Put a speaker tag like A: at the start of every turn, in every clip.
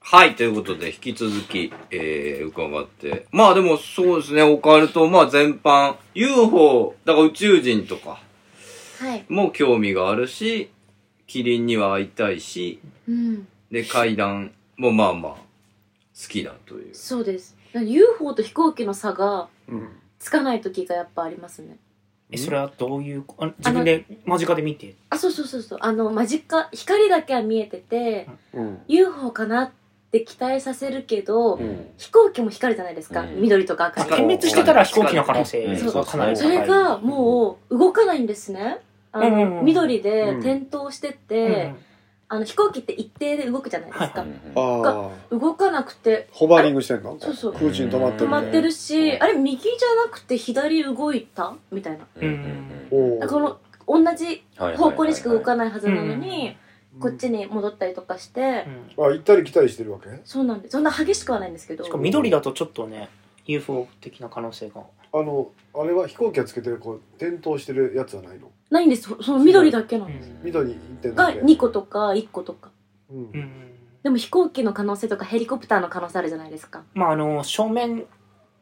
A: はい、ということで、引き続き、えー、伺って。まあでも、そうですね、オカルト、まあ全般、UFO、だから宇宙人とか
B: はい。
A: も興味があるし、キリンには会いたいし、
B: うん。
A: で、階段もまあまあ、好きだという。
B: そうです。UFO と飛行機の差が
C: うん
B: つかない時がやっぱありますね。
C: えそれはどういうあ自分で間近で見て
B: あ、そうそうそうそう。あの、間近、光だけは見えてて、
D: うん。
B: UFO かなって期待させるけど、
D: うん。
B: 飛行機も光るじゃないですか。
A: うん
B: 緑と
C: あ
B: か赤
C: 点滅してたら飛行機の可能性がかなり
B: そ
C: 高い
B: れがもう動かないんですね。あの、
C: うんうんうん
B: 緑で
D: うん
B: 点灯して
C: うん
B: て、あの飛行機って一定で動くじゃないですか。
A: うんうん
D: ああ。
B: 動かなくて
D: ホバリングしてんの
B: そうそう
D: 空中に止まってる
B: 止
D: み
B: ま
D: たいな。
B: ってるし、
A: うん
B: あれ右じゃなくて左動いたみたいな。
A: うん
D: お
B: だ
D: ー
B: からこの同じ方向にしか動か
A: ない。
B: ないはずなのに、
C: うん
B: こっちに戻ったりとかして、
C: うん
D: あ、行ったり来たりしてるわけ
B: そうなんです。そんな激しくはないんですけど。
C: しかも緑だとちょっとね UFO 的な可能性が
D: あの、あれは飛行機がつけてる、こう、点灯してるやつはないの
B: ないんです。そその緑だけなんです。
D: 緑行ってんだ
B: が
D: け
B: 2個とか1個とか。
D: う。
C: うんん
B: でも飛行機の可能性とかヘリコプターの可能性あるじゃないですか。
C: まああの正面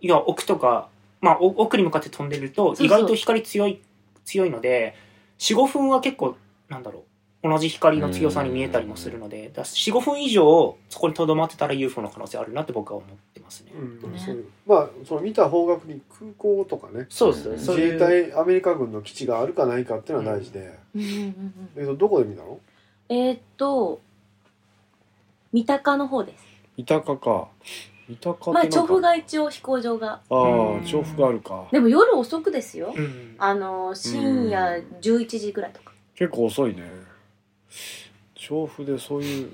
C: いや奥とか、まあ、お奥に向かって飛んでると
B: そうそう
C: 意外と光強い強いので45分は結構なんだろう同じ光の強さに見えたりもするので45分以上そこにとどまってたら UFO の可能性あるなって僕は思ってますね、
D: うん
B: ね
D: そういうまあ、その見た方角に空港とかね、
C: そうです
A: うん
C: そう
D: 自
C: いう
D: 衛隊、アメリカ軍の基地があるかないかっていうのは大事で。
B: うんうんうん
D: えっと、どこで見たの
B: うん、えー、っと、三鷹の方です。
E: 三鷹か三鷹って
B: ま
E: な
B: あ
E: んか
B: 調布が一応飛行場が。
E: あ
C: う
E: あ
C: ん
E: 調布があるか
B: でも夜遅くですよ。
C: うん
B: あの、深夜
E: うん
B: 11時ぐらいとか。
E: 結構遅いね調布でそういう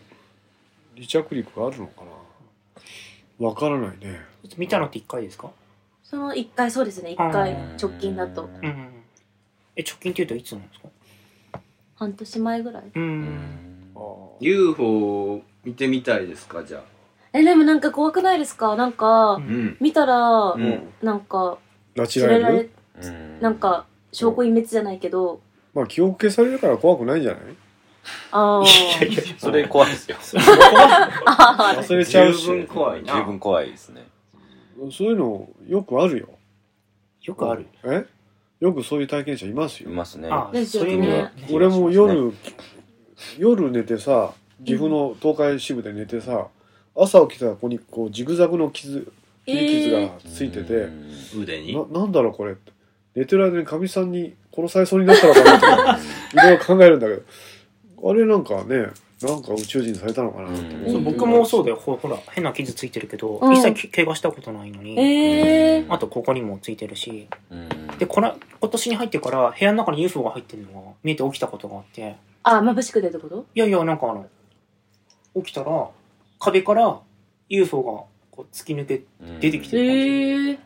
E: 離着陸があるのかなわからないね
C: 見たのって1回ですか、
B: その1回、そうですね、1回
C: うん
B: 直近だと。
C: うんえ直近っていうといつなんですか
B: 半年前ぐらい。
C: うん、
E: あー
A: UFO 見てみたいですか、じゃあ。
B: え、でもなんか怖くないですかなんか
C: う、ん
A: うん。
B: 見たら
A: う、ん。
B: なんか、
E: 拉致ら
B: 連れ
E: れ
B: ら
E: る
B: れ、なんか、証拠隠滅じゃないけど、
E: まあ記憶消されるから怖くないんじゃない
B: ああ、
F: それ怖い ですよ。
B: あー
E: 忘れちゃうし
A: 十分怖いな。
F: 十分怖いですね。
E: そういうのよくあるよ
C: よくある、
E: えよくそういう体験者います
F: い
E: よ
F: ますね。
C: あ
B: ですよ
C: そういう
B: ね
C: 意味で
E: 俺も夜、夜寝てさ岐阜の東海支部で寝てさ朝起きたらここにこうジグザグの傷切り傷
B: ええ
E: がついてて、
F: うん
A: 腕に。
E: ななんだろうこれって寝てる間にかみさんに殺されそうになったのか なっていろいろ考えるんだけどあれなんかねなんか宇宙人されたのかなって思
F: うん
C: そう僕もそうだよほほら変な傷ついてるけど、
B: うん
C: 一切怪我したことないのに、
B: ええ
C: あとここにもついてるし
F: うん
C: でこれ今年に入ってから部屋の中に UFO が入ってるのが見えて起きたことがあって
B: あ、眩しくてってこと
C: いやいやなんかあの起きたら壁から UFO がこう突き抜け出てきてる感じ、
B: ええ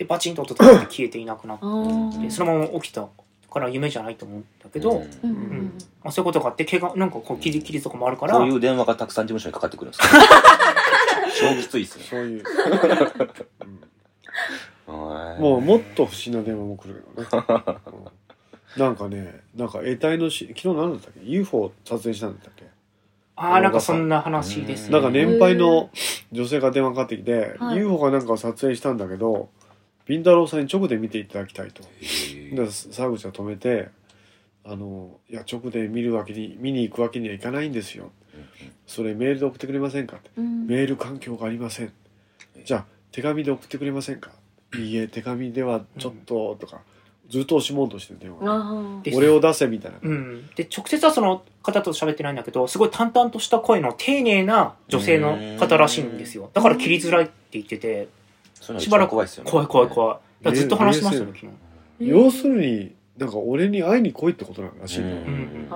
C: でバチンと音立って消えていなくなっ
B: ああ。
C: てそのまま起きたから夢じゃないと思うんだけど、
F: うん
B: うんうん
C: うんまあ、そういうことがあって怪我なんかこう切り切りとかもあるから
F: こういう電話がたくさん事務所にかかってくるん ですか超きついっすね。
E: そういう、うん
F: も
E: もうもっと不審な電話も来る けどね、うんなんかねなんか得体のし昨日何だったっけ UFO 撮影したんだったっけ
C: ああなんかそんな話です
F: うん
E: なんか年配の女性が電話かかってきて、
B: はい
E: UFO がなんかを撮影したんだけどビンダロウさんに直で見ていただきたいと。で沢口は止めて「あのいや直で見るわけに見に行くわけにはいかないんですよそれメールで送ってくれませんか?」って
B: う
E: 「
B: ん
E: メール環境がありません」「じゃあ手紙で送ってくれませんか?」「いいえ手紙ではちょっと」とかずっと押し問答して電話が
B: ああ。
C: で
E: 俺を出せ」みたいな
C: うん、で直接はその方と喋ってないんだけどすごい淡々とした声の丁寧な女性の方らしいんですよだから切りづらいって言ってて
F: う、しばらく怖いっすよね。
C: 怖い怖い怖いだからずっと話しましたね昨日
E: 要するになんか俺に会いに来いってことなんだらしい
F: うん
E: のよ
C: ん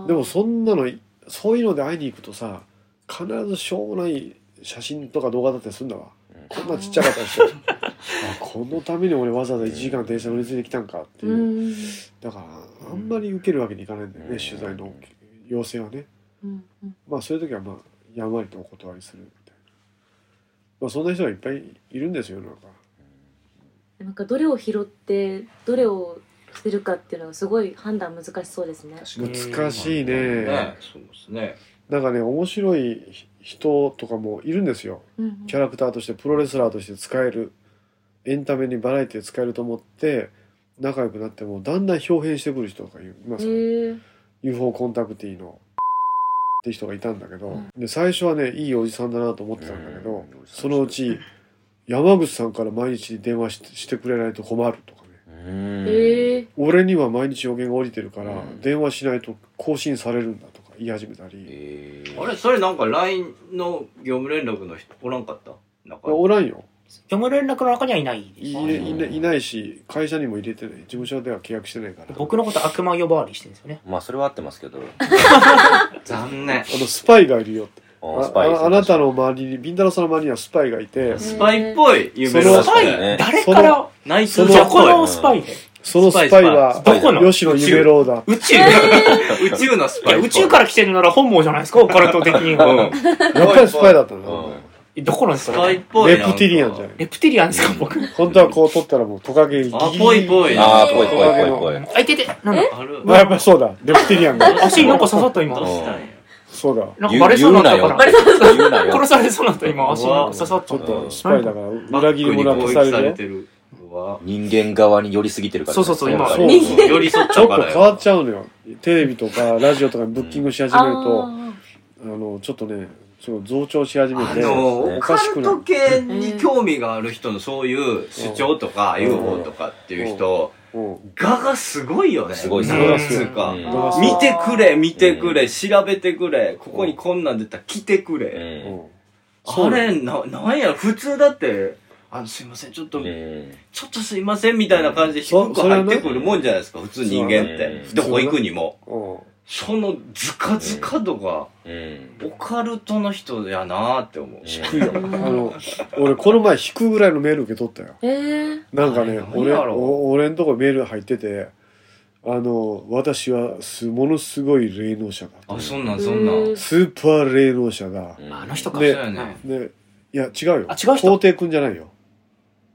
B: ああ。
E: でもそんなのそういうので会いに行くとさ必ずしょうもない写真とか動画だったりするんだわ
F: うん
E: こんなちっちゃかったりしてあこのために俺わざわざ1時間電車乗り継いできたんかっていう、
B: うん。
E: だからあんまり受けるわけにいかないんだよね、
F: うん
E: 取材の要請はね
B: うんうん
E: まあそういう時はまあやんわりとお断りするみたいな、まあ、そんな人がいっぱいいるんですよ世の中
B: なんかどれを拾ってどれを捨てるかっていうのがすごい判断難しそうですね。
F: 確かに
E: 難しいね
A: ねそうですね。
E: なんかね面白い人とかもいるんですよ
B: うんうん
E: キャラクターとしてプロレスラーとして使えるエンタメにバラエティで使えると思って仲良くなってもだんだん表変してくる人とかいますから、
B: へえ
E: UFO コンタクティのって人がいたんだけど、
B: うん
E: で最初はねいいおじさんだなと思ってたんだけど、
F: うん
E: そのうち山口さんから毎日電話ししてくれないと困るとかね
F: うん
B: へえ
E: 俺には毎日予言が降りてるから、
F: うん
E: 電話しないと更新されるんだとか言い始めたり、
F: えー
A: あれそれなんか LINE の業務連絡の人おらんかったなんか
E: おらんよ
C: 業務連絡の中にはいないです
E: い
C: ね
E: いいないないし会社にも入れてない事務所では契約してないから
C: 僕のこと悪魔呼ばわりしてるんですよね
F: まあ、それは合ってますけど。
A: 残念
E: あのスパイがいるよって
F: うん
E: あ
F: スパイです
E: ああなたの周りにビンタロウさんの周りにはスパイがいて
A: スパイっぽい夢
E: その
A: の
C: スパイ、
F: ね
C: 誰から
A: 内
E: そ
A: 通
E: の
A: 者
C: じゃ
A: っ
C: あこ
A: ぽい
C: のスパイで
E: そのスパイは
F: スパイ
C: どこの
E: 吉野夢郎だ
C: 宇宙い
A: 宇宙のスパイ
C: や
A: っぽい
C: 宇宙から来てるなら本望じゃないですかオカルト的に
A: う
C: は
A: ん
E: やっぱりスパイだったんだ
F: うん
C: えどこなんで
A: ス
C: すか
A: パイっ
C: ね
A: ぽい
E: レプティリアンじゃないい
C: レプティリアンですか僕
E: 本当はこう取ったらもうトカゲギリギリ
A: あぽいぽい
F: ああ、
B: えー
F: ぽいぽいぽいぽい。
C: あいててなんだ
A: ある
E: まあやっぱりそうだレプティリアンだ
C: 足になんか刺さった今
A: どうしたんや
E: そうだ
C: なんかバレそうになったから
F: バレそう言うなよ。
C: 殺されそうになった今足になんか刺さっ
E: ちょ
C: た
E: っとスパイだから
A: バ
E: 裏
A: ッ
E: 切
A: グ
E: り
A: に
E: もな
A: 攻
E: く
A: 撃
E: さ
A: さ
E: れ
A: れ
E: るよ
A: てるうわ
F: 人間側に寄りすぎてるからね。
C: そうそうそう今
E: そう
F: 人
A: 寄り添っ
E: ち
A: ちゃ
E: ょ
A: う
E: っ
A: か
E: と
A: ら
E: 変わっ
A: よ
E: ちゃうのよテレビとかラジオとかにブッキングし始めると、
B: あ
E: あのちょっとねちょっと増長し始め
A: あ
E: て
A: の
E: お
A: オ
E: か
A: カ
E: しく
A: ル
E: な
A: ト
E: る
A: 系に興味がある人のそういう主張とか
E: うん
A: UFO とかっていう人
E: うん
A: 画がすごいよね
F: すごい
A: な
F: す
A: ん
F: ごい
A: つうか
F: うん
B: あ
A: 見てくれ見てくれ調べてくれここにこんなん出たら来てくれ、
E: う
F: うん
E: ん
A: あれななんや普通だってあのすいませんちょっと、
F: うん
A: ちょっとすいませんみたいな感じで
E: そ
A: 低く入ってくるもんじゃないですか、普通人間っ
F: う
A: て
F: ん
A: どこ行くにも
E: うん
A: そのズカズカ度が
F: うん
A: オカルトの人やなーって思う、
E: 低いよあ
B: うん
E: の俺この前引くぐらいのメール受け取ったよ
B: ーへえ
E: なんか
A: あれ
E: ね
A: 何
E: 俺
A: やろ
E: お俺んとこメール入っててあの私はすものすごい霊能者だ
A: あそんなんそんなん
E: スーパー霊能者だ
F: うん
C: あの人か
A: そうやね
E: でいや違うよ
C: あ違う人
E: 皇帝くんじゃないよ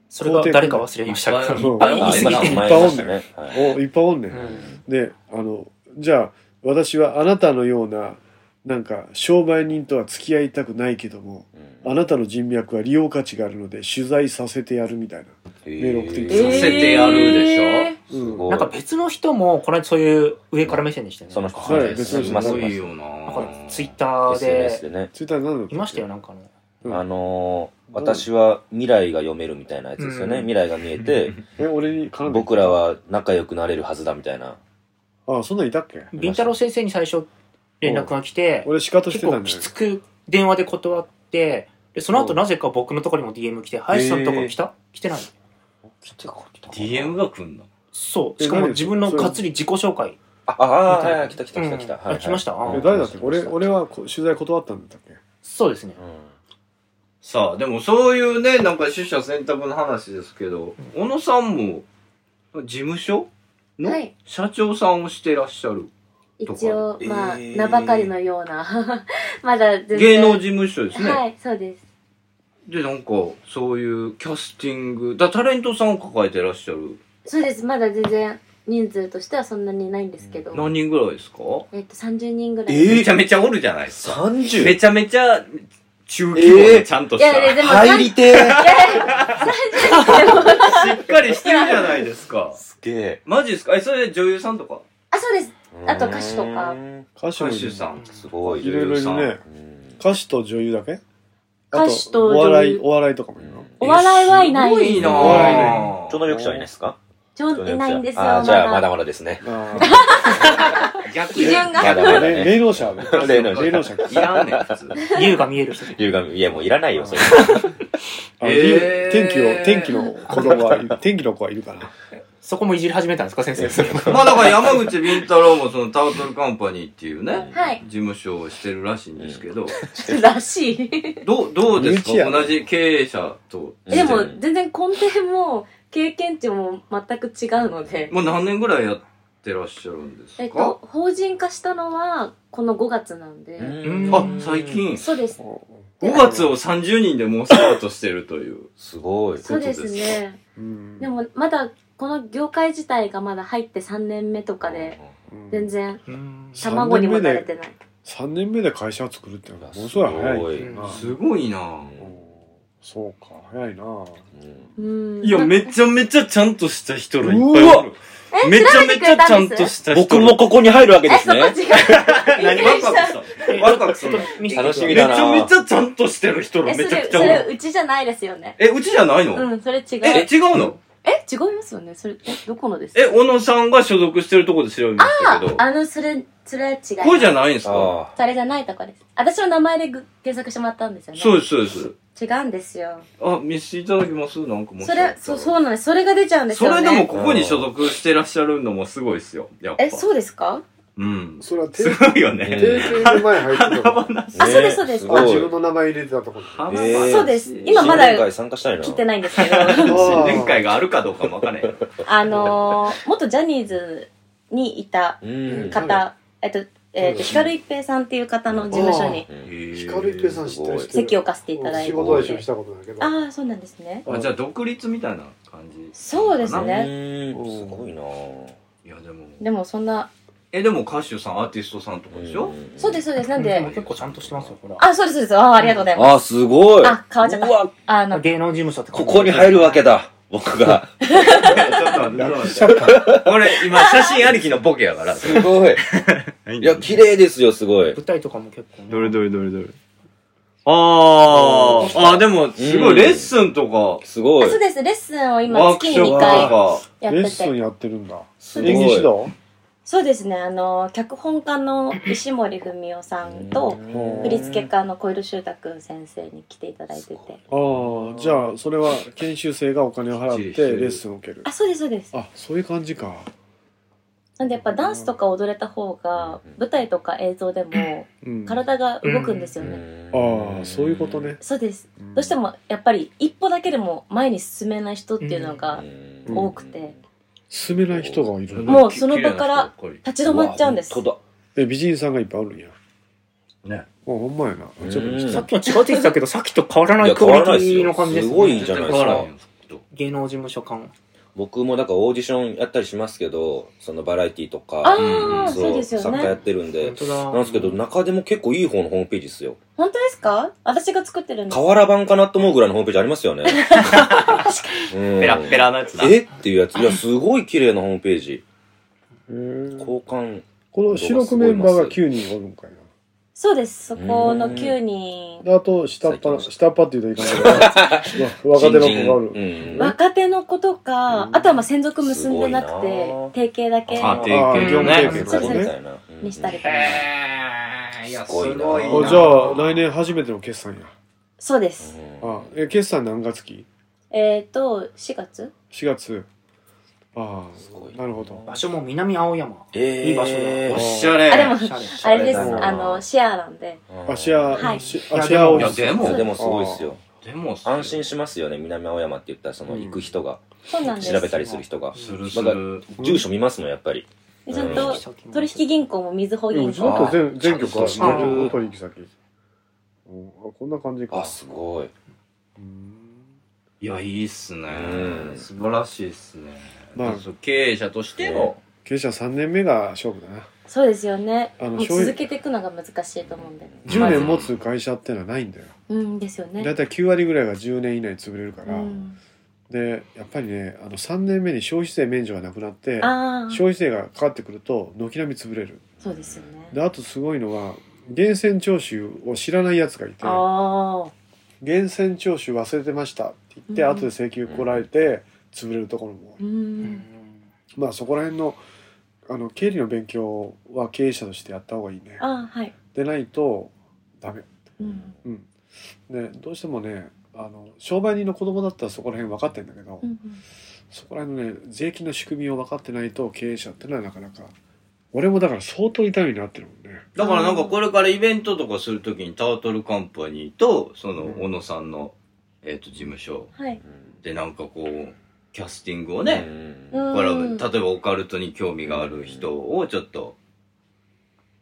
C: それが誰か忘れましたけ
A: い
E: っぱい
C: ど
E: あ
C: あ
E: る
C: 言い
F: あ、
C: 過
F: 今
C: ぎ
F: の
C: て
F: 前でしたね。はい
E: おいっぱいおんねん
C: うん
E: であのじゃあ私はあなたのようななんか商売人とは付き合いたくないけどもあなたの人脈は利用価値があるので取材させてやるみたいなメール送ってきて
A: させてやるでしょ
B: え
E: う
B: ー
F: す
E: ん
F: ごい
C: なんか別の人もこの間そういう上から目線でしたよね
F: その人、
E: はい
F: はい
E: 別の人
F: い
A: す
F: ます
A: ご
F: いま
A: い
F: す
A: よな
C: なん
A: ー
C: かツイッター
F: SNS
C: で
F: でね。
E: ツイッターなんだっけ
C: いましたよなんかの
E: うん
F: あのー、私は未来が読めるみたいなやつですよね。
C: うん
F: 未来が見えて、
E: え俺に絡んで
F: 僕らは仲良くなれるはずだみたいな。
E: あそんなんいたっけ
C: りんたろー先生に最初連絡が来て
E: 俺仕方して
C: 結
E: た
C: 構
E: んだ
C: き
E: よ
C: つく電話で断ってでその後
E: うん
C: なぜか僕のところにも DM 来て「林さんのところ来た来てない?
F: 来てこ来た
A: DM が来んの」
C: そう
E: え
C: しかも
E: 何
C: 自分のがっつり自己紹介
F: あ、あ、
C: みたい
F: あ
C: な
F: あ、来た来た来た来た。
C: うん
F: はいはい
C: あ来ましたあ
E: え誰だって俺俺はこ取材断ったんだっけ
C: そうですね
A: さあでもそういうねなんか取捨選択の話ですけど小野さんも事務所の
B: はい
A: 社長さんをしてらっしゃる、
B: 一応
F: とか
B: まあ
F: えー
B: 名ばかりのような まだ全然
A: 芸能事務所ですね、
B: はいそうです
A: でなんかそういうキャスティングだタレントさんを抱えてらっしゃる
B: そうですまだ全然人数としてはそんなにないんですけど、
A: 何人ぐらいですか、
B: えっと30人ぐらい
F: えー
A: めちゃめちゃおるじゃないですか
F: 三十
A: めちゃめちゃ中規模
F: え
A: で
F: ー
A: ちゃんと
B: い
A: した、
B: やいやでも
F: 入りてー
A: しっかりしてるじゃないです か
F: すげえ。
A: マジですかえそれで女優さんとか
B: あそうですあと歌手とか
F: うーん
E: 歌手も
A: 歌
E: いる
A: 手さん
F: すごい。
E: いろいろいる
A: 女優
E: ね
F: うん
E: 歌手と女優だけあ
B: 歌手と
E: お
B: 女優
E: 笑いお笑いとかもいるの
B: お笑いはいない
A: すごいな
E: お笑いな
A: ぁ
F: 超能力者はいないですか
B: ちょいないんですよ
F: あー
B: ま
F: じゃあ、まだ
B: だ
F: まだですね。
E: あ
A: 逆
B: 基準
F: ま
B: が
F: だま
E: あ
F: だ
E: れ
F: ね。
E: 霊能者
F: 霊能者
E: 霊能者
A: いらんねん普通
C: 優が見える人
F: 龍が、いや、もういらないよ、それ。
E: あ
A: えー
E: 天気を天気の子供はいる天気の子はいるから
C: そこもいじり始めたんですか先生それ
A: まあだから山口敏太郎もそのタートルカンパニーっていうね
B: はい
A: 事務所をしてるらしいんですけど、
B: らしい
A: どうどうですか
E: 身内やね
A: 同じ経営者と
B: でも
F: うん
B: 全然根底も経験値も全く違うので
A: もう何年ぐらいやってらっしゃるんですか、
B: えっと法人化したのはこの5月なんで、
F: うん
A: あ最近
B: そうです
A: 5月を30人でもうスタートしてるという
F: すごい。
B: そうですね
E: うん
B: でもまだこの業界自体がまだ入って3年目とかで全然
C: うん
E: 三年目で
B: 卵にも慣れてない
E: 3年目で会社を作るってのはものすごい早い
F: い
C: うん
E: な
A: すごいな
E: そうか早いな
F: うん
B: うん
A: いや、
B: な
A: めちゃめちゃちゃんとした人らいっぱいいる。
B: え
A: めちゃ
B: 調べ
A: め
B: てく
A: ちゃ
B: れ
A: ち
B: た
A: ゃ
B: ん
A: ん
B: です
A: とした人。
F: 僕もここに入るわけですね
B: え、。そこ 違う。びっくりした。
A: ワクワクする。
C: 見せて
F: 楽しみ
A: めち
F: だ
A: ゃ
F: な
A: めちゃちゃんとしてる人ら
B: え、
A: め
B: そ
A: ちゃく
B: れ、
A: ちゃ
B: そ
A: お
B: れ、
A: る。
B: うちじゃないですよね。
A: え、うちじゃないの、
B: うん、それ違う。
A: え、
B: え、
A: 違うの
B: 違いますよね。それ、え、どこのですか
A: え、小野さんが所属してるとこで調べましたけど、
B: あの、それ、それは違い。
A: これじゃないんですか
F: あ
B: それじゃないとこです。私の名前でぐ検索してもらったんですよね。
A: そうです、そうです。
B: 違うんですよ。
A: あ、見せていただきますなんかもし
B: それ、そう、そうなんです。それが出ちゃうんです
A: そ
B: よね。
A: れでもここに所属してらっしゃるのもすごいですよ。やっぱ。
B: え、そうですか
A: うん。
D: それは定
A: すごいよね。
D: 定型で前入ってたの
F: あ
B: あそうですそうです
F: ごい
D: あ自分の名前入れてたとこ
A: 花
F: えー
B: そうです今まだ
F: 新年会参加したいな。
B: 来てないんですけど、
A: 新年会があるかどうかもわかんない。
B: あのー、元ジャニーズにいた
F: うん。
B: 方、えっと、えっと、光一平さんっていう方の事務所に
F: うん
D: 光一平さん知ってる人
B: 席を貸していただい
D: 仕
B: て。
D: 事は一緒にしたことだけど
B: ああ、そうなんですね。
A: あじゃあ独立みたいな感じ
B: そうです
A: かな
B: ね。
F: うんすごいな。
A: いやでも
B: でもそんな、
A: えでも歌手さんアーティストさんとかでしょ、
F: ん
B: そうです、そうです。なん
C: でも
B: で、
C: 結構ちゃんとしてますよ、これは。
B: あ、そうです、そうです。ああ、ありがとうございます。
F: あ、すごい。
B: あ変わっちゃった
F: うわ、
B: あの、
C: 芸能事務所って
F: ここに入るわけだ。僕が。
A: ちょっと待ってちょっと待って これ今写真ありきのボケやから
F: すごい。 いや、綺麗ですよ、すごい。
C: 舞台とかも結構ね
A: どれどれどれどれあーあーでもすご
F: う
A: い
F: ん
A: レッスンとか
F: すご
B: あ
F: い
B: そう。です。レッスンを今
A: ワーク
B: 月
A: シ
B: に
A: ョッ
B: 2
A: プと
B: 回
A: か
B: や
E: レッ
B: って
E: スン
B: て。
E: やってるんだ
F: す
E: 演
F: ごい
E: 技指導
B: そうですね。あの、脚本家の石森文夫さんと、
F: うん
B: 振付家の小色修拓先生に来ていただいてて。
E: ああじゃあそれは研修生がお金を払ってレッスンを受ける
B: あ、そうです、そうです。
E: あそういう感じか
B: なんでやっぱダンスとか踊れた方が、舞台とか映像でも
E: うん
B: 体が動くんですよね。
E: ああそういうことね
B: そうです。どうしてもやっぱり一歩だけでも前に進めない人っていうのが
F: うん
B: 多くて、
E: 進めない人がいる
B: もうその場から立ち止まっちゃうんです。
F: うわ
E: え美人さんがいっぱいあるんや
A: ね
E: あほんまやな
F: 本
E: ち
F: 当
E: ょっと
F: だ
E: 見
F: うん
E: せ
C: さ
E: て
C: っきの違うって言ってたけど、さっきと変わらないい
F: や
C: ク
F: 変
C: オ
F: わら
C: リテ
F: ないですよ
C: ィの感じですね。
F: すごいじゃないですか
C: 芸能事務所感。
F: 僕もだからオーディションやったりしますけど、そのバラエティと
B: あ
F: か、
A: うん
B: あ、
A: ー
B: そうですよ
F: 作家やっ
B: ね。
F: てるんで
C: 本。当
F: なん
C: だ
F: ですけど、中でも結構いい方のホームページですよ。
B: 本当ですか私が作ってるんです。
F: 瓦版かなと思うぐらいのホームページありますよ ね。うん
A: ペラッペラのやつだ
F: えっていうやつ。いや、すごい綺麗なホームページ。
E: へー
F: 交換。
E: この主力メンバーが9人おるんかいな
B: そうです。そこの9人。
E: であと下っ端下っ端って言うといかんけどわ若手の子がおる
F: うん
B: 若手の子とか、
E: うん
B: あとはまあ専属結んでなく
F: すご
B: て、定型だけ
A: あ
F: ー
A: 定型
E: あー
A: ね
E: 業務提
B: そうです
E: 携
B: ね
F: みたいなうん
B: にしたりとか。
A: へーいやす
F: すごいな
A: ごい
F: お
E: あじゃあ来年初めての決算や
B: そうです。
F: うん
E: あえ決算何月期
B: えっ、ー、と、4月
E: 4月あ
F: すごい
E: あなるほど
C: 場所も南青山。
F: えー
C: いい場所だ
A: おっ
F: い
A: しゃれ
B: あ、でも、
C: あ
B: あれで
F: おし
B: す。
F: ゃれだな
B: あの、シェアなんで。
F: や
E: アシア、
B: はい
E: し
C: い
E: ア
C: や
E: シア
C: でも
E: オ
A: い
E: フ
A: や
E: ィス
A: でも
F: でもすごいですよ。
A: でも
F: 安心しますよね、南青山って言ったら、その
E: うん
F: 行く人が、
B: そうなんです。
F: 調べたりする人が。
A: するす
F: まだ
A: る
F: 住所見ますもん、やっぱり。
B: でちゃんと、取引銀行もみずほ
E: でも
B: 銀
E: うちの
B: 行。
E: と全全局ある
F: ち
C: ゃんとして
E: 全
F: る
E: 取引先うんあこんな感じか
F: あ、すごい。
E: うん
A: いやいいっすね
F: うん
A: 素晴らしいっすね
E: まあ
A: そう経営者としての
E: 経営者3年目が勝負だな
B: そうですよね。
E: あの
B: もう
E: 消
B: 続
E: 費
B: けていくのが難しいと思うんで。
E: 10年持つ会社ってのはないんだよ
B: うんですよね。
E: だいたい9割ぐらいが10年以内に潰れるか
B: う
E: ら、
B: ん、
E: でやっぱりねあの3年目に消費税免除がなくなって
B: ああ、
E: 消費税がかかってくると軒並み潰れる
B: そうですよね。
E: であとすごいのは源泉徴収を知らないやつがいて
B: ああ、
E: 源泉徴収忘れてましたって言って、
B: うん
E: 後で請求来られて潰れるところも、
B: うん。
E: まあそこら辺のあの経理の勉強は経営者としてやった方がいいね
B: ああ、はい。
E: でないとダメ
B: うん。
E: でどうしてもねあの商売人の子供だったらそこら辺分かってんだけど、
B: うん
E: そこら辺のね税金の仕組みを分かってないと経営者ってのはなかなか俺もだから相当痛みになってるもんね
A: だからなんかこれからイベントとかするときにタートルカンパニーとその小野さんのえっと事務所
B: はい。
A: でなんかこうキャスティングをね
F: うん
B: うん
A: だから例えばオカルトに興味がある人をちょっと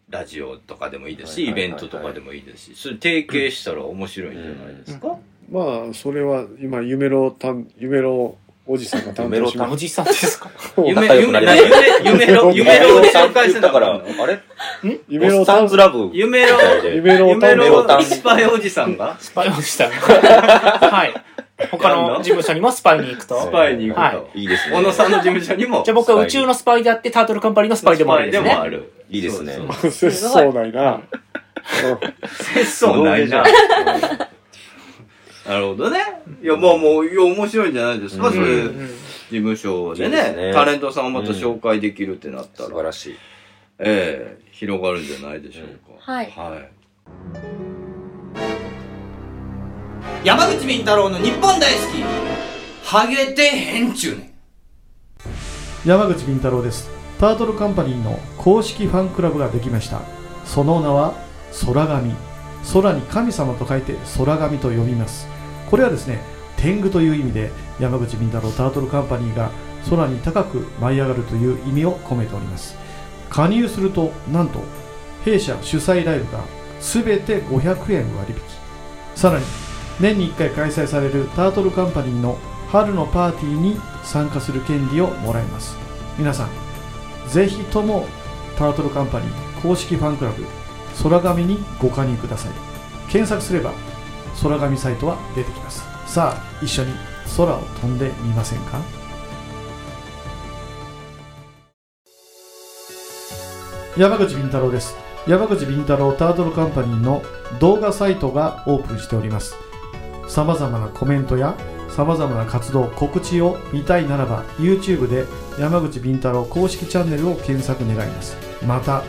A: ラジオとかでもいいですし
F: は
A: イ
F: いは
A: ベ
F: いはい
A: ン
F: はい
A: トとかでもいいですしそれ提携したら面白いんじゃないですか
C: うん
E: まあそれは今夢のたん夢のおじさんが担
F: メ
E: 当
F: ロ
E: し
F: タ
E: ま
C: お
E: す。
C: じさんですか
A: 夢、
F: 仲良くな
A: 夢、
F: りま
A: な
F: し
A: 夢、 夢ロ、夢ロを
F: さん
A: 紹
F: って
A: 介
F: 言
A: して
F: った
A: たか
F: か、
A: らら。
F: あれ
E: 夢の
F: おっさ
E: 担
F: んずラブ。
A: 夢ロ、
E: 夢の
A: 夢
E: 担
F: メロ
E: 当
F: タ
A: ロ、
F: ン
A: スパイおじさんが
C: スパイをした。 はい。他
A: やん
C: の
A: の
C: 事務所にもスパイに行くと。
A: スパイに行くと。
C: はい
F: いいですね。
A: 小野さんの事務所にも。
C: じゃあ僕は宇宙のスパイであって、タートルカンパニーのスパイでもあるんです
A: スパイで
C: ね
A: も。ある。
F: いいですね。
E: 切 そうないな。
A: 節操ないな。なるほどね。いや、まあもう、いや、面白いんじゃないですか、
F: うん
A: そういううん事務所で
F: いいで
A: ね
F: すね
A: タレントさんをまた紹介できるってなった
F: 素
A: ら、
F: 晴らしい。
A: ええ広がるんじゃないでしょうか。
B: はい
A: はい。山口敏太郎の日本大好きハゲてへんちゅうねん
G: 山口敏太郎ですタートルカンパニーの公式ファンクラブができましたその名は空神空に神様と書いて空神と呼びますこれはですね天狗という意味で山口敏太郎タートルカンパニーが空に高く舞い上がるという意味を込めております加入するとなんと弊社主催ライブが全て500円割引さらに年に1回開催されるタートルカンパニーの春のパーティーに参加する権利をもらえます皆さんぜひともタートルカンパニー公式ファンクラブ空紙にご加入ください検索すれば空紙サイトは出てきますさあ一緒に空を飛んでみませんか山口敏太郎です山口敏太郎タートルカンパニーの動画サイトがオープンしておりますさまざまなコメントやさまざまな活動告知を見たいならば YouTube で山口敏太郎公式チャンネルを検索願いますまた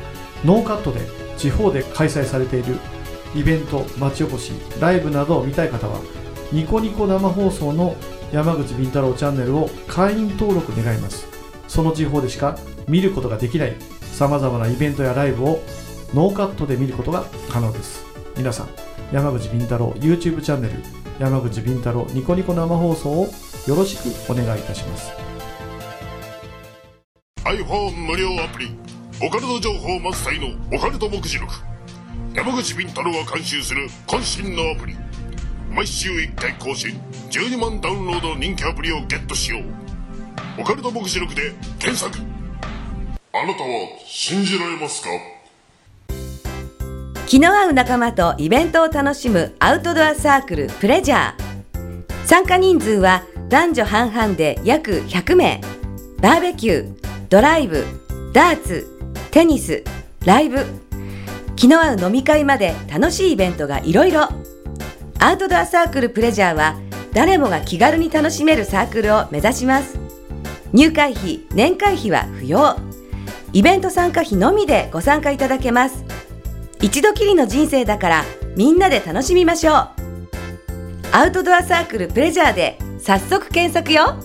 G: ノーカットで地方で開催されているイベント町おこしライブなどを見たい方はニコニコ生放送の山口敏太郎チャンネルを会員登録願いますその地方でしか見ることができないさまざまなイベントやライブをノーカットで見ることが可能です皆さん山口敏太郎 YouTube チャンネル山口敏太郎ニコニコ生放送をよろしくお願いいたします。
H: iPhone 無料アプリオカルト情報満載のオカルト目次録山口敏太郎が監修する渾身のアプリ毎週1回更新12万ダウンロードの人気アプリをゲットしようオカルト目次録で検索あなたは信じられますか
I: 気の合う仲間とイベントを楽しむアウトドアサークルプレジャー参加人数は男女半々で約100名バーベキュードライブダーツテニスライブ気の合う飲み会まで楽しいイベントがいろいろアウトドアサークルプレジャーは誰もが気軽に楽しめるサークルを目指します入会費年会費は不要イベント参加費のみでご参加いただけます一度きりの人生だからみんなで楽しみましょうアウトドアサークルプレジャーで早速検索よ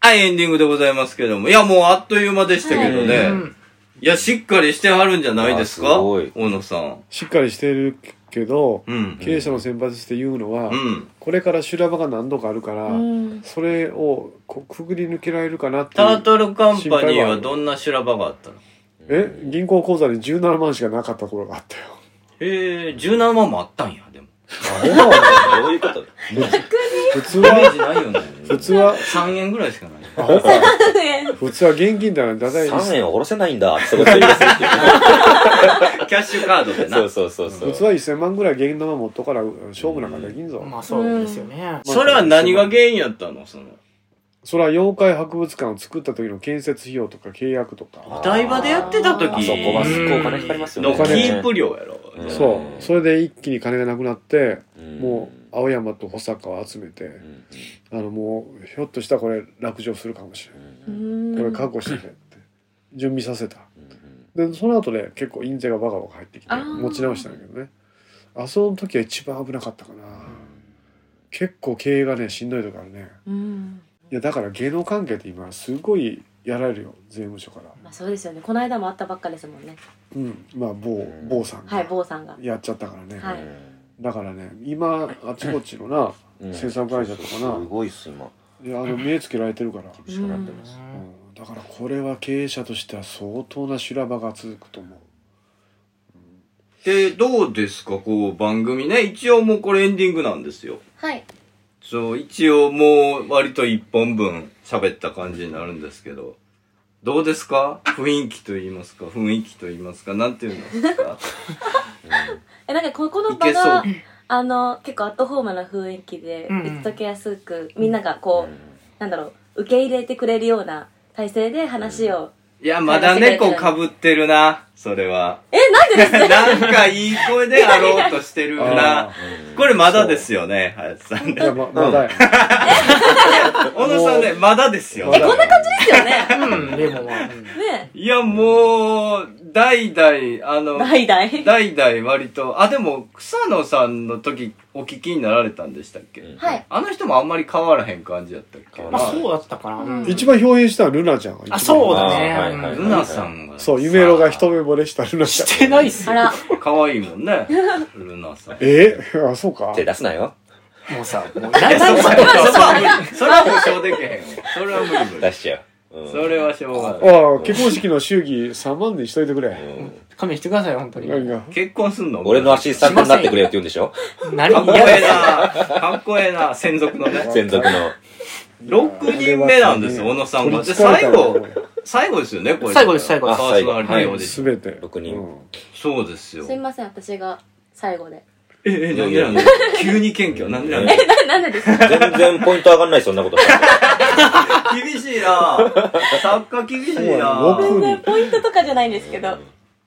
A: はい、エンディングでございますけども。いや、もうあっという間でしたけどね。い、
C: うん
A: や、しっかりしてはるんじゃないです
F: いや
A: か
F: すごい
A: 大野さん。
E: しっかりしてるけど、
A: うん。
E: 経営者の選抜して言うのは、
A: うん。
E: これから修羅場が何度かあるから、
B: うん
E: それをこうくぐり抜けられるかなって
A: タ
E: いう
A: ートルカンパニーはどんな修羅場があったの
E: え銀行口座に17万しかなかった頃があったよ
A: へえ、17万もあったんや、でも。
F: どういうこと
E: 普通
A: イメー
E: は
A: ジないよね。
E: 普通は
A: 3円ぐらいしかない。
E: アホか普通は現金だなだい
F: ?3 円は下ろせないんだって、そこ一人ですよっていう
A: キャッシュカードでな。
F: そうそうそうそう。
E: 普通は1000万ぐらい現金持っとから勝負なんかできんぞ、
C: まあそうですよね。
A: それは何が原因やったのその。
E: それは妖怪博物館を作った時の建設費用とか契約と
A: お
E: か
A: 台場でやってた時
F: あそこはすっごいお金かかりますよ
A: の
F: ね。
A: キープ料やろ。
F: うん
E: そうそれで一気に金がなくなって
F: うん
E: もう青山と保坂を集めて
F: うん
E: あのもうひょっとしたらこれ落城するかもしれないこれ覚悟してくれって準備させたでその後で結構印税がバカバカ入ってきて
B: あー
E: 持ち直したんだけどねあその時は一番危なかったかな結構経営がねしんどいとこあるね
B: うん
E: いやだから芸能関係って今すごいやられるよ税務署から
B: まあそうですよねこの間もあったばっかですもんね
E: うんまあ某某さん
B: は
E: が
B: い坊さんが
E: やっちゃったからね、
B: はい
E: だからね今あちこちのな
F: うん
E: 制作会社とかな
F: すごいっす、今。
E: いやあの目つけられてるから、
F: 厳しくなってます。
E: うんだからこれは経営者としては相当な修羅場が続くと思う
A: で、どうですかこう、番組ね。一応もうこれエンディングなんですよ。
B: はい
A: そう、一応もう割と一本分喋った感じになるんですけど、どうですか雰囲気と言いますか、雰囲気と言いますか、なんていうんですか。
B: えなんかここの
A: いけ
B: 場
A: そう
B: があの結構アットホームな雰囲気で
C: うんうん
B: 打ち解けやすく、みんながこう、なんだろう受け入れてくれるような体制で話を、
A: いや、まだ猫かぶってるな、それは。
B: えなんでですか
A: なんかいい声であろうとしてる な。これまだですよね、林さん
E: いや
A: ね。
E: ままだや
A: 小野さんね、まだですよ
E: ま。だ
B: こんな感じですよね
C: うん、でもまあ、うん
B: ね
A: いや、もう、代々、あの、
B: 代々
A: 代々割と、あ、でも、草野さんの時、お聞きになられたんでしたっけ、
B: はい
A: あの人もあんまり変わらへん感じやったっけ
C: まあそうだったかな。
B: うん
E: 一番表現したのはルナちゃんが一番
C: あ、そうだ
F: あーはいはい
C: ね。
A: ルナさんが。
E: そう夢ろが一目惚れしたルナちゃん
C: してないっす
B: あ
C: よ。
B: ら
A: 可愛いもん ね。ルナさん。
E: え あそうか
F: 手出すなよ。
C: もうさ、 もう、大体
A: それは無理。それは保証できへんわ。それは無理無
F: 出
A: 理。
F: しちゃう。うん
A: それはしょうがない。
E: ああ結婚式の祝儀3万でしといてく
F: う
E: れ
F: ん
C: 勘弁してくださいよ、本当に。
E: 何が
A: 結婚すんの
F: 俺のアシスタントになってくれよって言うんでしょ
C: 何
A: かっこ
C: 嫌
A: ええ
C: だ
A: な。かっこええな。専属のね。
F: 専属の。
A: 6人目なんですよ、小野さんが。で、最後、最後ですよね、これ。
C: 最後です最後
A: パ
C: です
A: ーソナリティオーディション。
E: 全て
F: 六人
E: うん
A: そうですよ。
B: すいません私が最後で
A: え、え、なんでなんで急に謙虚。なんでなんで
F: 全
B: ななんでですか
F: 然ポイント上 がんない、そんなことしたら。
A: 厳しいな作家厳しいな
E: そうや
B: 全然ポイントとかじゃないんですけど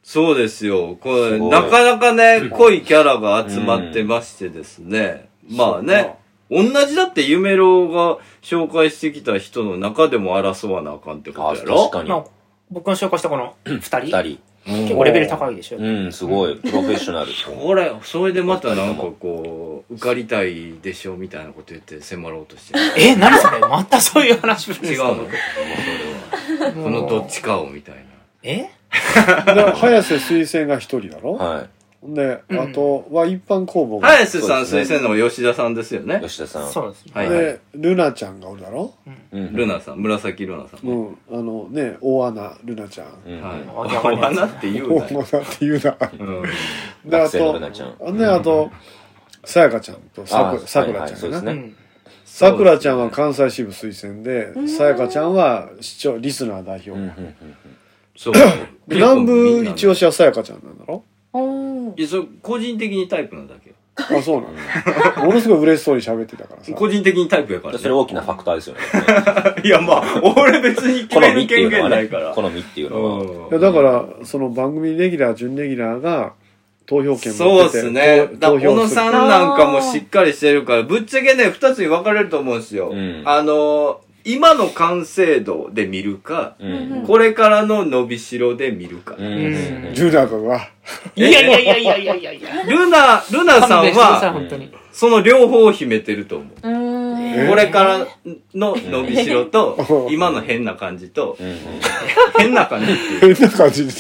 A: そうですよ。こ
F: す
A: れ、
F: ごい
A: なかなかね、濃いキャラが集まってましてですね。まあね。同じだって夢郎が紹介してきた人の中でも争わなあかんってこ
F: あ、
A: とやろ
F: 確かに
C: ま。あ、僕の紹介したこの二人。
F: 二人。
C: 結構レベル高いでしょ。
F: うん、すごい。プロフェッショナル。
A: これ、それでまたなんかこう、受かりたいでしょみたいなこと言って迫ろうとしてる。
C: え、何それまたそういう話するんで
A: 違う
C: すか
A: のもうそれはこのどっちかをみたいな。
C: え
E: で早瀬推薦が一人だろ
F: は
E: ほんで
C: うん
E: あとは一般公 募が
A: 早瀬さん推薦の吉田さんですよ
F: い。
A: ね。
F: 吉田さん。
C: そうですね。
A: はい
E: でルナちゃんがおるだろ
F: うん
A: ル。ナさん、紫ルナさん。
E: うんあのね大穴ルナちゃん
F: うん
A: はい。お
C: ん
A: 花って言う
E: 大
A: なよ。
E: 穴って言うな
A: うん。
E: で
F: 学
E: あ
F: 生の
E: と
F: ルナちゃん。
E: あねあとさやかちゃんとさ
F: あ
E: くさくら
F: はいはい
E: ちゃ
F: そうんで
E: が
F: す
E: な
F: ね
C: うん
E: さくらちゃんは関西支部推薦でさやかちゃんは視聴リスナー代表
F: うんうん
A: そう。
E: で南部一押しはさやかちゃんなんだろ
B: おー
A: いや、それ個人的にタイプなだけ。
E: あそうなん だものすごい嬉しそうに喋ってたからさ
A: 個人的にタイプやか
F: う
A: ら
F: ん。
A: ね
F: それ大きなファクターですよね。
A: いや、まあ、俺別に決
F: 好
A: め
F: み
A: る
F: ってい
A: 権限
F: うのは
A: な
F: ね
A: いから。。
F: 好みっていうのは。
E: いや
A: うん
E: だからその番組レギュラー準レギュラーが投票権
A: そうっすね。だ
E: 投
A: 小
E: 票
A: 野
E: する
A: さんなんかもしっかりしてるから、ぶっちゃけね、二つに分かれると思うんですよ。
F: うん
A: あの、今の完成度で見るか、
F: うん。
A: これからの伸びしろで見るか。
F: うん。
E: ジュナ君はい
C: やいやいやいやいやいやいや。
A: ルナ、ルナさ
C: 勘
A: ん
C: 弁してください
A: は、
C: 本当に。
A: その両方を秘めてると思う。
B: うーん
E: え
A: これからの伸びしろと、今の変な感じと、
F: うん
A: 変な感じっていう。
E: 変な感じで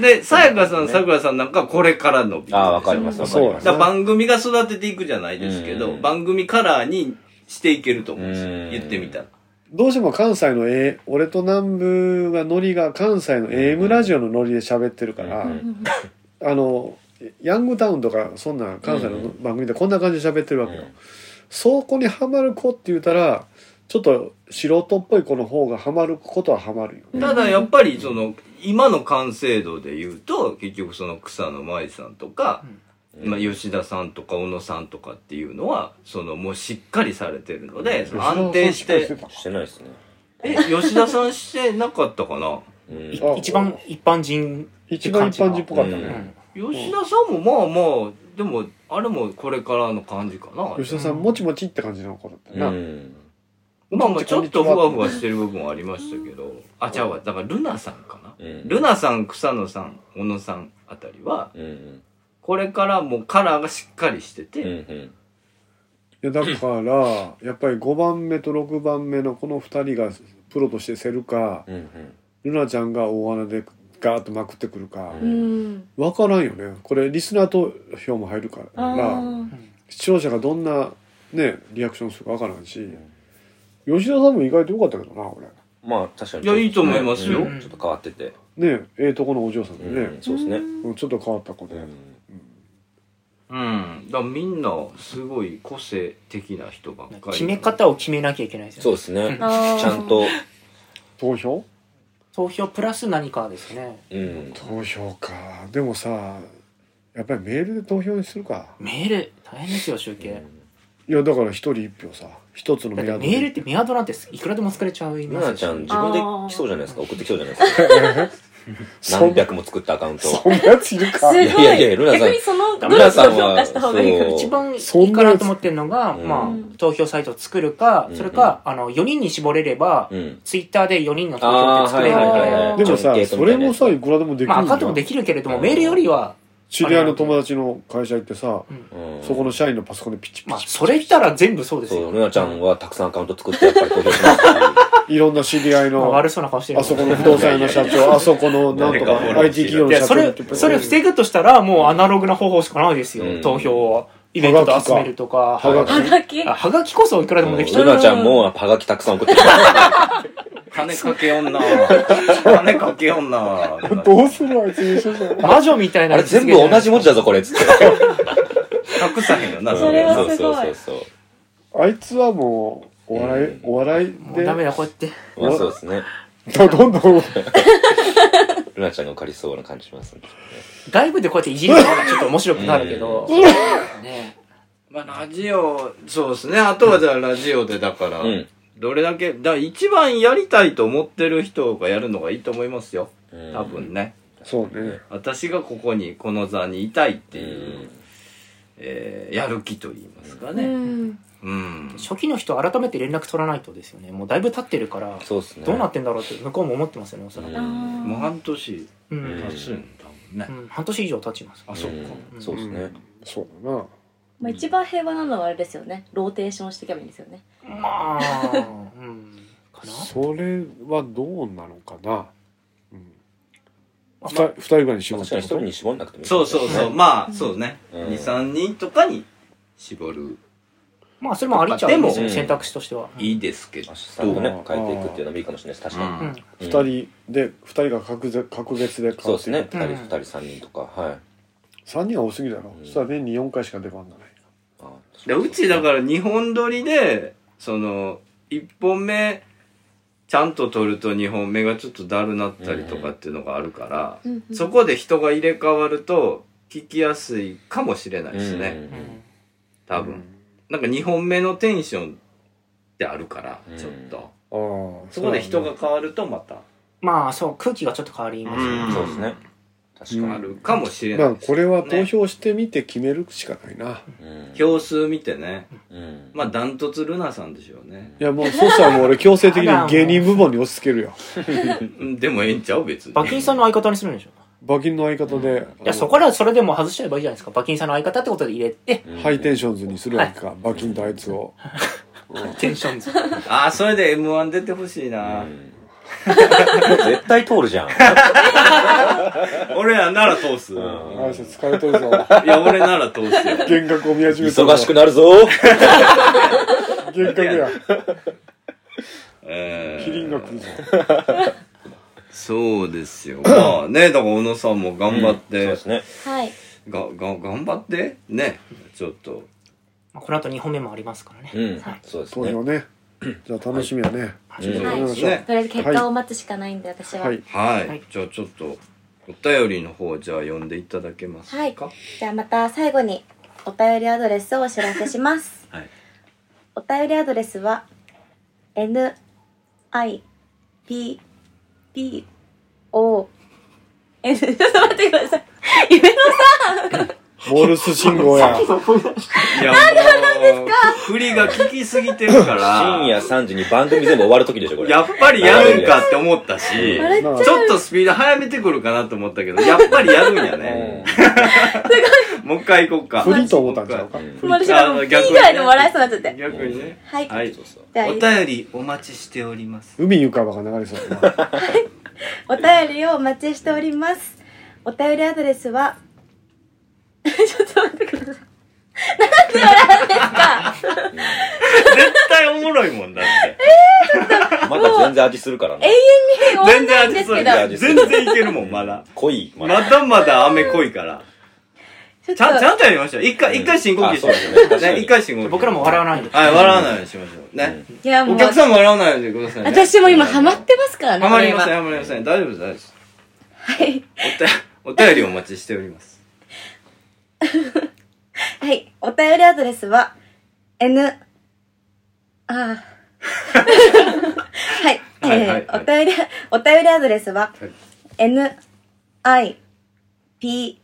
A: で、さやかさん、さくらさんなんかはこれから伸びる。
F: ああ、わかります。わかりま
E: そう
F: す
A: だから番組が育てていくじゃないですけ
F: う
A: ど、
F: ん
A: 番組カラーにしていけると思うんですよ
F: うん。
A: 言ってみたら。
E: どうしても関西の A 俺と南部がノリが関西の AM ラジオのノリで喋ってるから、
F: うん
E: あのヤングタウンとかそんな関西の
F: うん
E: 番組でこんな感じで喋ってるわけよ、
F: うん
E: そこにはまる子って言うたらちょっと素人っぽい子の方がはまることははまるよね
A: ただやっぱりその、今の完成度で言うと、結局その草野舞さんとか、
F: うん
A: まあ、吉田さんとか小野さんとかっていうのは、そのもうしっかりされてるので、その安定して、
F: してないですね。
A: え、吉田さんしてなかったかな
F: うん
C: い
E: あ
C: 一番一般人。
E: 一番一般人っぽかった
C: う
E: ね、
C: ん
A: 吉田さんもまあまあ、でも、あれもこれからの感じかな。
E: 吉田さんもちもちって感じの子だった
F: う
E: な、
F: ん。
A: まあまあ、ちょっとふわふ
E: わ
A: わしてる部分はありましたけど、あ、ちゃうわ。だから、ルナさんかな。
F: うん
A: ルナさん、草野さん、小野さんあたりは、
F: うんうん
A: これからもうカラーがしっかりして
F: うん
A: て、
F: うん
E: いやだからやっぱり5番目と6番目のこの2人がプロとしてせるか
F: うんうん
E: ルナちゃんが大穴でガーッとまくってくるか
B: うーん
E: 分からんよねこれリスナー投票も入るから
B: あー
E: 視聴者がどんなねリアクションするか分からんし吉田さんも意外と良かったけどな俺
F: まあ確かに
A: いやいいと思いますよ
F: うんちょっと変わってて
E: ねええとこのお嬢さんでね
F: うん、そうですね
E: うんちょっと変わった子で、
F: うん
A: ううん。だからみんな、すごい個性的な人ばっかり。
C: 決め方を決めなきゃいけないですよね
F: そうですね。
B: あー
F: ちゃんと、
E: 投票
C: 投票プラス何かですね
F: うん。
E: 投票かでもさやっぱりメールで投票にするか
C: メール大変ですよ集計、
E: いやだから一人一票さ一つの
C: だ
E: メ
C: って
E: ール
C: メールってメアドなんていくらでも作れちゃい
F: ル
C: ま
F: ナ
C: す
F: ちゃん、
C: し
F: 自分で来そうじゃないですか。送ってきそうじゃないですか。
E: そ
F: 何
E: んな
F: 百も作ったアカウント。
E: そんなやついるか
B: すご
F: いやいやいやルナさん
B: 逆にその、ど
F: ル
B: れを
F: ナ
B: 評
F: さんは
B: 価した方がいいか
F: そ。う
C: 一番いいかなと思ってるのが、
F: うん
C: ま
B: うん
C: あ、投票サイトを作るか、
F: うん
C: それか、あの、4人に絞れれば、
F: うん。
C: ツイッターで4人の投票
F: あ
C: っ
F: あ、
C: て作
F: は
C: れ
F: い
C: る
F: はいはい
C: の
F: はい。
E: でもさ
F: ちょっとゲート
E: そ
F: みた
E: れ
F: いなや
E: も
F: つ
E: さいくらでもで
C: で、
E: きる
C: まあ、ア
E: ん
C: カウン
E: じ
C: ト
E: ゃ
C: も
E: ん
C: できるけれども、メールよりは、
E: 知り合いの友達の会社行ってさ
F: うん
E: そこの社員のパソコンでピチピ
C: まあ、
E: チ
C: それ言ったら全部そうです
F: そう、
C: よ。
F: ルナちゃんはたくさんアカウント作ってやっぱり投票しますし。
E: いろんな知り合い
C: まあ
E: の
C: 悪そうな顔してる
E: あそこの不動産屋の社長あそこのなんとか IT 企業
C: い
E: の
C: や、
E: 社
C: そ
E: 長
C: れ、それを防ぐとしたら、もうアナログな方法しかないですよ。
F: うん
C: 投票を、イベントで集めるとか、
E: はがき
B: はがき
C: あはがきこそいくらでもできちゃ
F: ル
C: う。
F: ナちゃんもハガキたくさん送ってき た。
A: 金かけ女。金かけ女。
E: どうするあいつ一緒じゃん
C: 魔女みたいな
F: あれ
C: の実
F: 全
C: 現
F: 部
C: じゃない
F: 同じ文字だぞ、これ。つって。
A: 隠さへんよな、
B: それはすご
F: そ
B: い
F: うそうそうそ
E: あいつはもうお笑いお笑い
C: もう
E: で
C: ダメだ、こうやって。
F: う。まあそうですね。
E: どどんどん
F: ルナちゃんが受かりそうな感じしますね。
C: 外部でこうやっていじるのがちょっと面白くなるけど、 ね
A: まあ、ラジオ、そうですね。あとはじゃあラジオでだから、
F: うん。
A: どれだけ、だから一番やりたいと思ってる人がやるのがいいと思いますよ。
F: うん
A: 多分ね。
E: そうね
A: 私がここに、この座にいたいって
F: う
A: いう、
F: ん
A: えーやる気と言いますか
B: う
A: ね。
B: ん。
A: うん。
C: 初期の人は改めて連絡取らないとですよねもうだいぶ経ってるから
F: そうですね。
C: どうなってんだろうって向こうも思ってますよねおそらく
B: あー
A: もう半年
C: うん、
F: ん
A: 経つんだもんね。
C: うん半年以上経ちます
A: あ、そっか。
F: うんそうですね。
E: そうだな
B: まあ一番平和なのはあれですよね。ローテーションしていけばいいんですよね。
C: まあうんかな
E: それはどうなのかな、うん、
C: あ
E: ふた二人ぐらいに絞っ
F: 確か
E: た
F: に
E: こ
F: 一人
E: と
F: に絞んなくてもいい。
A: そうそうそう。。まあ、そうね。
F: うん
A: 2、3人とかに絞る。
C: まあそれもありっちゃうんです
F: で
C: よ
F: も
C: 選択肢としては、
A: いいですけど
F: ア。シスタントね、変えていくっていうのもいいかもしれないです。確
A: うん
F: か
C: うん
F: に。
E: 二
F: うん。
E: 人で二人が格別格別で
F: そう
E: 買
F: ですね。
C: う
F: 二
C: ん
F: 人、二人、三人とか。はい。
E: 三人は多すぎだろ、
F: うん
E: そしたら年に四回しか出番がない
F: あ
A: でうちだから2本撮りでその1本目ちゃんと撮ると2本目がちょっとだるなったりとかっていうのがあるから、
B: うんうん
A: そこで人が入れ替わると聞きやすいかもしれないですね、
C: うん
A: 多分、なんか2本目のテンションってあるから
F: うん
A: ちょっと、
E: ああ
A: そこで人
E: う
A: が変わるとまた
C: まあそう空気がちょっと変わりますよね、
A: うん
F: そうですね。確
E: うん
A: あ
F: か
A: るかもしれ
E: だ
A: な
E: ないん
A: で
E: か
A: す
E: こ
A: ね、
E: れは投票してみて決めるしかないな、
F: に。うん
A: 票数見てね
F: うん。
A: まあダントツルナさんでしょうね、
E: いやもうそうしたらもう俺強制的に芸人部門に押し付けるよ
A: うん、でもええんちゃう別に
C: 馬琴さんの相方にするんでしょ
E: 馬琴の相方で、
C: いやそこらそれでも外しちゃえばいいじゃないですか馬琴さんの相方ってことで入れて
E: ハイテンションズにするわけか、馬琴とあいつを
C: テンションズ
A: ああそれで m 1出てほしいな、
F: 絶対通るじゃん。
A: 俺らなら通す、
E: あいつ疲れてるぞ
A: いや、俺なら通すよ。
E: 幻覚を見始めてる
F: 忙しく
E: な
F: なるぞ。
E: 幻覚や
A: え
E: キリンが来るぞ
A: そうですよ。まあね、だから小野さんも頑張って、
F: そうですね。
B: はい。
A: がが頑張ってね、ちょっと。
C: まあこの後2本目もありますからね、
F: うん
C: はい。
F: そうです
E: 投
F: ね。
E: 票ねじゃあ楽しみやね、
F: うん
B: はい
E: やりましょう
A: ね
B: とりあえず結果を待つしかないんで、私は。
E: はい
A: はい。
C: はい
A: じゃあちょっと、お便りの方、じゃあ読んでいただけますか。
B: はいじゃあまた最後にお便りアドレスをお知らせします。
A: はい
B: お便りアドレスは n i p p o n ちょっと待ってください。夢の
E: モールス信号 や
A: いや、もう、振りが効きすぎてるから、
F: 深夜3時に番組全部終わる時でしょ、これ。
A: やっぱりやるんかって思ったし、
B: あれ
E: まあ
A: ちょっとスピード早めてくるかなと思ったけど、やっぱりやるんやね。もう一回行こうか。
E: 不利と思ったんちゃうか
F: うん
B: もう私はもう P 以外でも笑いそうになっちゃって。
A: 逆にね。
B: はい。
A: はい。
F: そうそう
B: じゃあ
A: お便りお待ちしております。
E: 海に浮かばが流れそうだな
B: お便りをお待ちしております。お便りアドレスは ちょっと待ってください。
A: 絶対おもろいもんだって。
F: まだ全然味するから
B: 永
F: ね。
B: 遠に終わん
A: 全
B: な
A: 然
B: いんで
A: 味す
B: すけ
A: る。
B: ど。
A: 全然いけるもん、まだ。
F: 濃い。ま
A: まだまだ雨濃いから。
D: ちょっ
A: ちゃん、ち
D: と、
A: ゃんとやりましょう。一回、一回深呼吸しま
F: あそう
A: しょ
F: だ
A: う。
F: ね
A: ね、一回深呼吸。
C: 僕らも笑わないように
A: はい、笑わないようにしましょう。ね。
D: いやも
A: お
D: う、
A: 客さんも笑わないようにしてくださいね。
D: 私も今ハマってますからね。
A: はまりません、
D: こ
A: はまりません。大丈夫です、大丈夫です。
D: れははい。
A: お便り、お便りお待ちしており ます。
D: はい。お便りアドレスは、n, ああ。 はい。え
A: はいはいは
D: ーお便り、お便りアドレス
A: は
D: は、
A: い
D: n, i, p,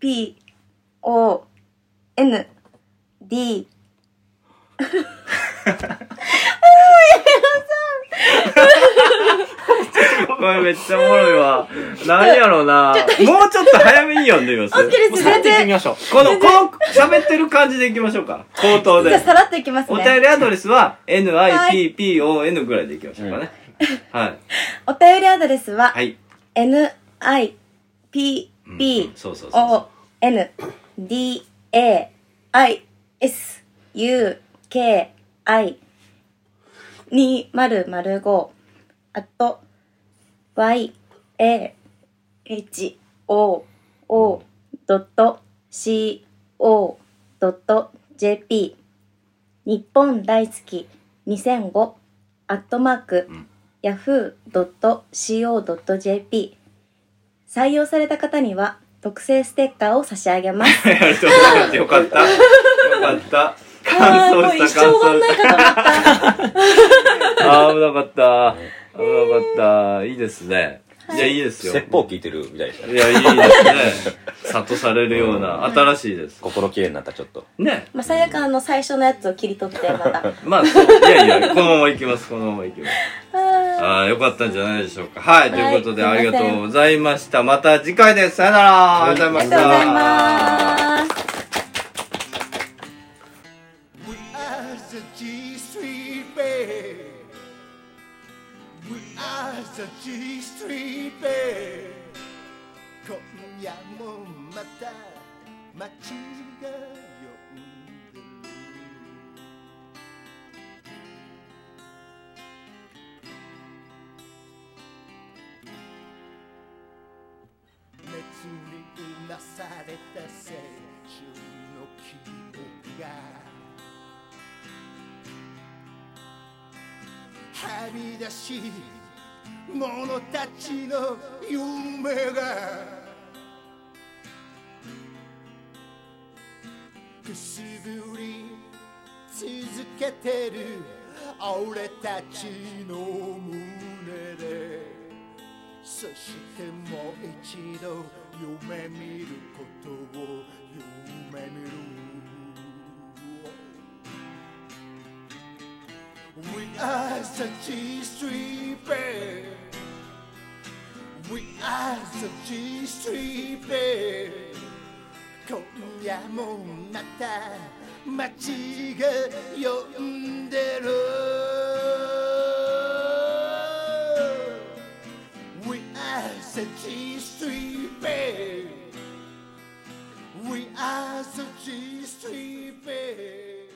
D: p, o, n, d,
A: これめっちゃおもろいわ。何やろうな。もうちょっと早めに読んでみ ます。
D: OK です、
C: さらっ
D: 全
C: といってみ
D: 然。
C: ましょう。
A: この、この、喋ってる感じでいきましょうか。口頭
D: じゃあ
A: で。
D: さらっといきます
A: お
D: ね。
A: 便りアドレスは、nipon ぐらいでいきましょうかね。はい。
D: お便りアドレスは、
A: はい。
D: n, i, p,
A: う
D: p,
A: んそうそう そうそう。
D: O N D A I S U K I 二0 0 5あと Y A H O O ドット C O ドット J P 日本大好き2005アットマーク yahoo.co.jp 採用された方には特製ステッカーを差し上げます。
A: ありがとうございます。よかった。よかった。 感
D: あーもう
A: 想
D: 一
A: し
D: 生
A: た、感
D: 終わん
A: 想
D: ない
A: し
D: かと思った。
A: た。 あー危なかった。危なかった。いいですね。いや、いいですよ。
F: 説法聞いてるみたいでした
A: い
F: ね。
A: や、いいですね。諭されるような、新しいです。
F: 心きれいになった、ちょっと。
A: ね。
D: まあ、最悪あの最初のやつを切り取って、また。
A: まあ、 そう。いやいや、このままいきます、このままいきます。ああ、よかったんじゃないでしょうか。はい、と
D: はい
A: いうことで、
D: すいま
A: あ
D: せ
A: り
D: ん
A: がとうございました。また次回です。さよなら。ありがとうご
D: あ
A: ざいま
D: りがとうござい
A: した。
D: ます。
H: We are the G Street Band. We are the G Street Band. 今夜もまた街が呼んでる。熱にうなされた青春の記憶がはみ出し者たちの夢がくすぶり続けてる俺たちの胸でそしてもう一度夢見ることを夢見る We are the G Street Band We are the G Street Band 今夜もまた街が呼んでる We are the G Street Band. We are the G Street Band.